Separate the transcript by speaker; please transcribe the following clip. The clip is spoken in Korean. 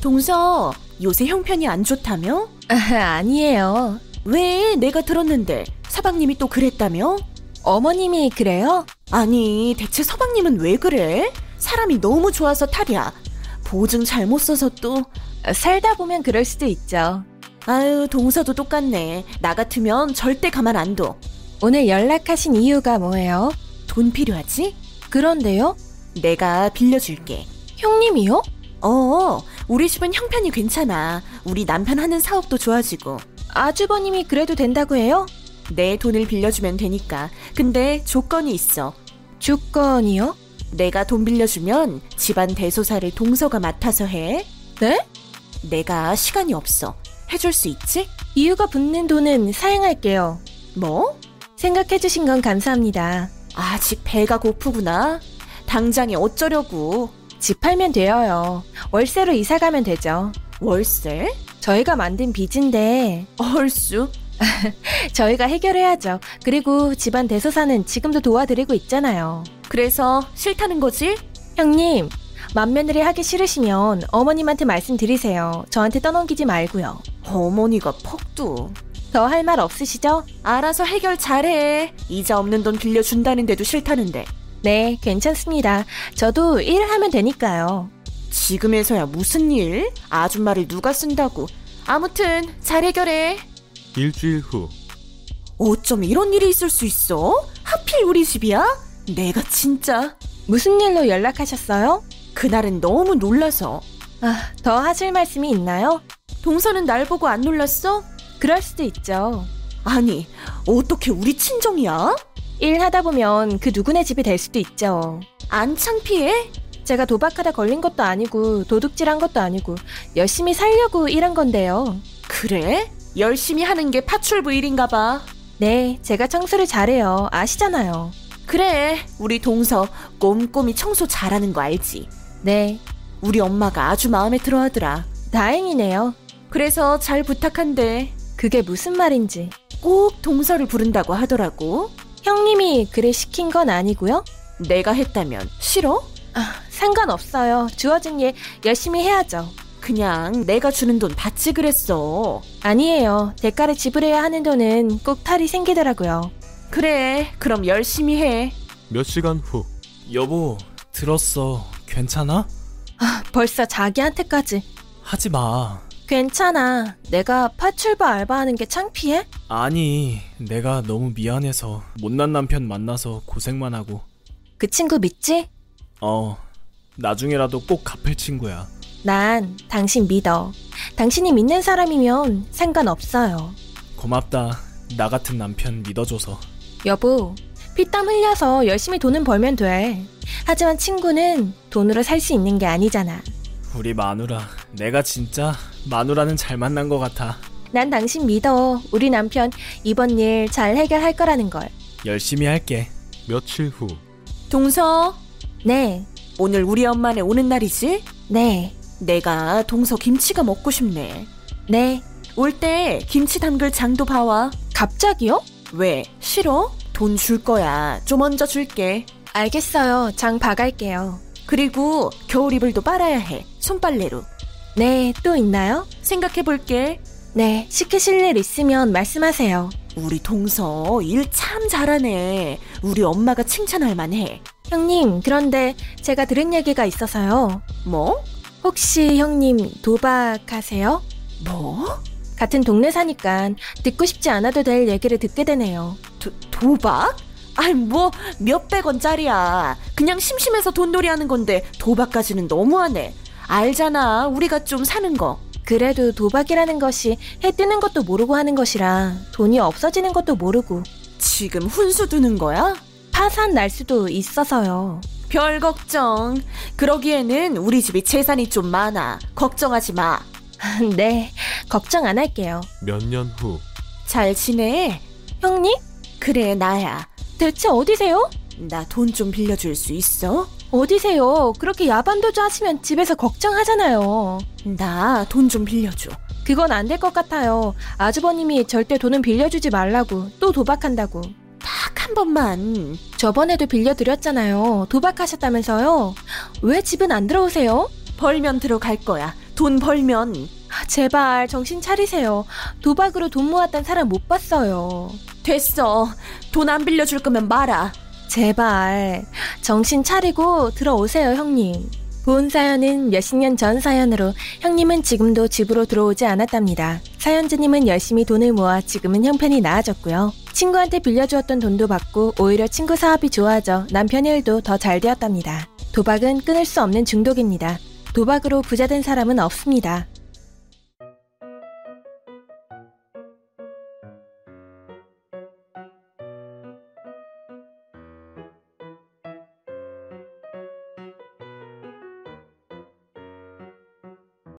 Speaker 1: 동서, 요새 형편이 안 좋다며?
Speaker 2: 아니에요.
Speaker 1: 왜? 내가 들었는데 서방님이 또 그랬다며?
Speaker 2: 어머님이 그래요?
Speaker 1: 아니, 대체 서방님은 왜 그래? 사람이 너무 좋아서 탈이야. 보증 잘못 써서 또.
Speaker 2: 살다 보면 그럴 수도 있죠.
Speaker 1: 아유, 동서도 똑같네. 나 같으면 절대 가만 안 둬.
Speaker 2: 오늘 연락하신 이유가 뭐예요?
Speaker 1: 돈 필요하지?
Speaker 2: 그런데요?
Speaker 1: 내가 빌려줄게.
Speaker 2: 형님이요?
Speaker 1: 어, 우리 집은 형편이 괜찮아. 우리 남편 하는 사업도 좋아지고.
Speaker 2: 아주버님이 그래도 된다고 해요?
Speaker 1: 내 돈을 빌려주면 되니까. 근데 조건이 있어.
Speaker 2: 조건이요?
Speaker 1: 내가 돈 빌려주면 집안 대소사를 동서가 맡아서 해.
Speaker 2: 네?
Speaker 1: 내가 시간이 없어. 해줄 수 있지?
Speaker 2: 이유가 붙는 돈은 사양할게요.
Speaker 1: 뭐?
Speaker 2: 생각해주신 건 감사합니다.
Speaker 1: 아직 배가 고프구나. 당장에 어쩌려고.
Speaker 2: 집 팔면 돼요. 월세로 이사 가면 되죠.
Speaker 1: 월세?
Speaker 2: 저희가 만든 빚인데
Speaker 1: 얼쑤.
Speaker 2: 저희가 해결해야죠. 그리고 집안 대소사는 지금도 도와드리고 있잖아요.
Speaker 1: 그래서 싫다는 거지?
Speaker 2: 형님, 맏며느리 하기 싫으시면 어머님한테 말씀드리세요. 저한테 떠넘기지 말고요.
Speaker 1: 어머니가 퍽도.
Speaker 2: 더 할 말 없으시죠?
Speaker 1: 알아서 해결 잘해. 이자 없는 돈 빌려준다는데도 싫다는데.
Speaker 2: 네, 괜찮습니다. 저도 일하면 되니까요.
Speaker 1: 지금에서야 무슨 일? 아줌마를 누가 쓴다고. 아무튼 잘 해결해.
Speaker 3: 일주일 후
Speaker 1: 어쩜 이런 일이 있을 수 있어? 하필 우리 집이야? 내가 진짜
Speaker 2: 무슨 일로 연락하셨어요?
Speaker 1: 그날은 너무 놀라서
Speaker 2: 아, 더 하실 말씀이 있나요?
Speaker 1: 동서는 날 보고 안 놀랐어?
Speaker 2: 그럴 수도 있죠.
Speaker 1: 아니 어떻게 우리 친정이야?
Speaker 2: 일하다 보면 그 누구네 집이 될 수도 있죠.
Speaker 1: 안 창피해?
Speaker 2: 제가 도박하다 걸린 것도 아니고 도둑질한 것도 아니고 열심히 살려고 일한 건데요.
Speaker 1: 그래? 열심히 하는 게 파출부일인가 봐
Speaker 2: 네, 제가 청소를 잘해요. 아시잖아요.
Speaker 1: 그래 우리 동서 꼼꼼히 청소 잘하는 거 알지?
Speaker 2: 네,
Speaker 1: 우리 엄마가 아주 마음에 들어하더라
Speaker 2: 다행이네요.
Speaker 1: 그래서 잘 부탁한대
Speaker 2: 그게 무슨 말인지.
Speaker 1: 꼭 동서를 부른다고 하더라고
Speaker 2: 형님이 그를 시킨 건 아니고요.
Speaker 1: 내가 했다면 싫어?
Speaker 2: 아, 상관없어요. 주어진 일 열심히 해야죠.
Speaker 1: 그냥 내가 주는 돈 받지 그랬어
Speaker 2: 아니에요. 대가를 지불해야 하는 돈은 꼭 탈이 생기더라고요.
Speaker 1: 그래, 그럼 열심히 해.
Speaker 3: 몇 시간 후
Speaker 4: 여보, 들었어. 괜찮아?
Speaker 2: 벌써 자기한테까지.
Speaker 4: 하지 마.
Speaker 2: 괜찮아. 내가 파출부 알바하는 게 창피해?
Speaker 4: 아니, 내가 너무 미안해서 못난 남편 만나서 고생만 하고.
Speaker 2: 그 친구 믿지?
Speaker 4: 어, 나중에라도 꼭 갚을 친구야.
Speaker 2: 난 당신 믿어. 당신이 믿는 사람이면 상관없어요.
Speaker 4: 고맙다. 나 같은 남편 믿어줘서.
Speaker 2: 여보, 피땀 흘려서 열심히 돈은 벌면 돼. 하지만 친구는 돈으로 살 수 있는 게 아니잖아.
Speaker 4: 우리 마누라. 내가 진짜 마누라는 잘 만난 것 같아.
Speaker 2: 난 당신 믿어. 우리 남편 이번 일 잘 해결할 거라는 걸.
Speaker 4: 열심히 할게.
Speaker 3: 며칠 후
Speaker 1: 동서,
Speaker 2: 네,
Speaker 1: 오늘 우리 엄마네 오는 날이지?
Speaker 2: 네,
Speaker 1: 내가 동서 김치가 먹고 싶네.
Speaker 2: 네.
Speaker 1: 올 때 김치 담글 장도 봐와.
Speaker 2: 갑자기요?
Speaker 1: 왜? 싫어? 돈 줄 거야. 좀 얹어 줄게.
Speaker 2: 알겠어요. 장 봐갈게요.
Speaker 1: 그리고 겨울 이불도 빨아야 해. 손빨래로.
Speaker 2: 네, 또 있나요?
Speaker 1: 생각해 볼게.
Speaker 2: 네, 시키실 일 있으면 말씀하세요.
Speaker 1: 우리 동서 일 참 잘하네. 우리 엄마가 칭찬할 만해.
Speaker 2: 형님, 그런데 제가 들은 얘기가 있어서요.
Speaker 1: 뭐?
Speaker 2: 혹시 형님 도박하세요?
Speaker 1: 뭐?
Speaker 2: 같은 동네 사니까 듣고 싶지 않아도 될 얘기를 듣게 되네요.
Speaker 1: 도, 도박? 아이 뭐 몇백 원짜리야. 그냥 심심해서 돈놀이 하는 건데 도박까지는 너무하네. 알잖아 우리가 좀 사는 거.
Speaker 2: 그래도 도박이라는 것이 해 뜨는 것도 모르고 하는 것이라 돈이 없어지는 것도 모르고
Speaker 1: 지금 훈수 두는 거야?
Speaker 2: 파산 날 수도 있어서요.
Speaker 1: 별 걱정. 그러기에는 우리 집이 재산이 좀 많아. 걱정하지 마.
Speaker 2: 네, 걱정 안 할게요.
Speaker 3: 몇 년 후
Speaker 1: 잘 지내?
Speaker 2: 형님,
Speaker 1: 그래 나야.
Speaker 2: 대체 어디세요?
Speaker 1: 나 돈 좀 빌려줄 수 있어?
Speaker 2: 어디세요? 그렇게 야반도주 하시면 집에서 걱정하잖아요.
Speaker 1: 나 돈 좀 빌려줘.
Speaker 2: 그건 안 될 것 같아요. 아주버님이 절대 돈은 빌려주지 말라고 또 도박한다고.
Speaker 1: 딱 한 번만.
Speaker 2: 저번에도 빌려드렸잖아요. 도박하셨다면서요? 왜 집은 안 들어오세요?
Speaker 1: 벌면 들어갈 거야. 돈 벌면
Speaker 2: 아, 제발 정신 차리세요. 도박으로 돈 모았던 사람 못 봤어요.
Speaker 1: 됐어. 돈 안 빌려줄 거면 말아.
Speaker 2: 제발 정신 차리고 들어오세요 형님. 본 사연은 몇십 년 전 사연으로 형님은 지금도 집으로 들어오지 않았답니다. 사연자님은 열심히 돈을 모아 지금은 형편이 나아졌고요. 친구한테 빌려주었던 돈도 받고 오히려 친구 사업이 좋아져 남편 일도 더 잘 되었답니다. 도박은 끊을 수 없는 중독입니다. 도박으로 부자된 사람은 없습니다.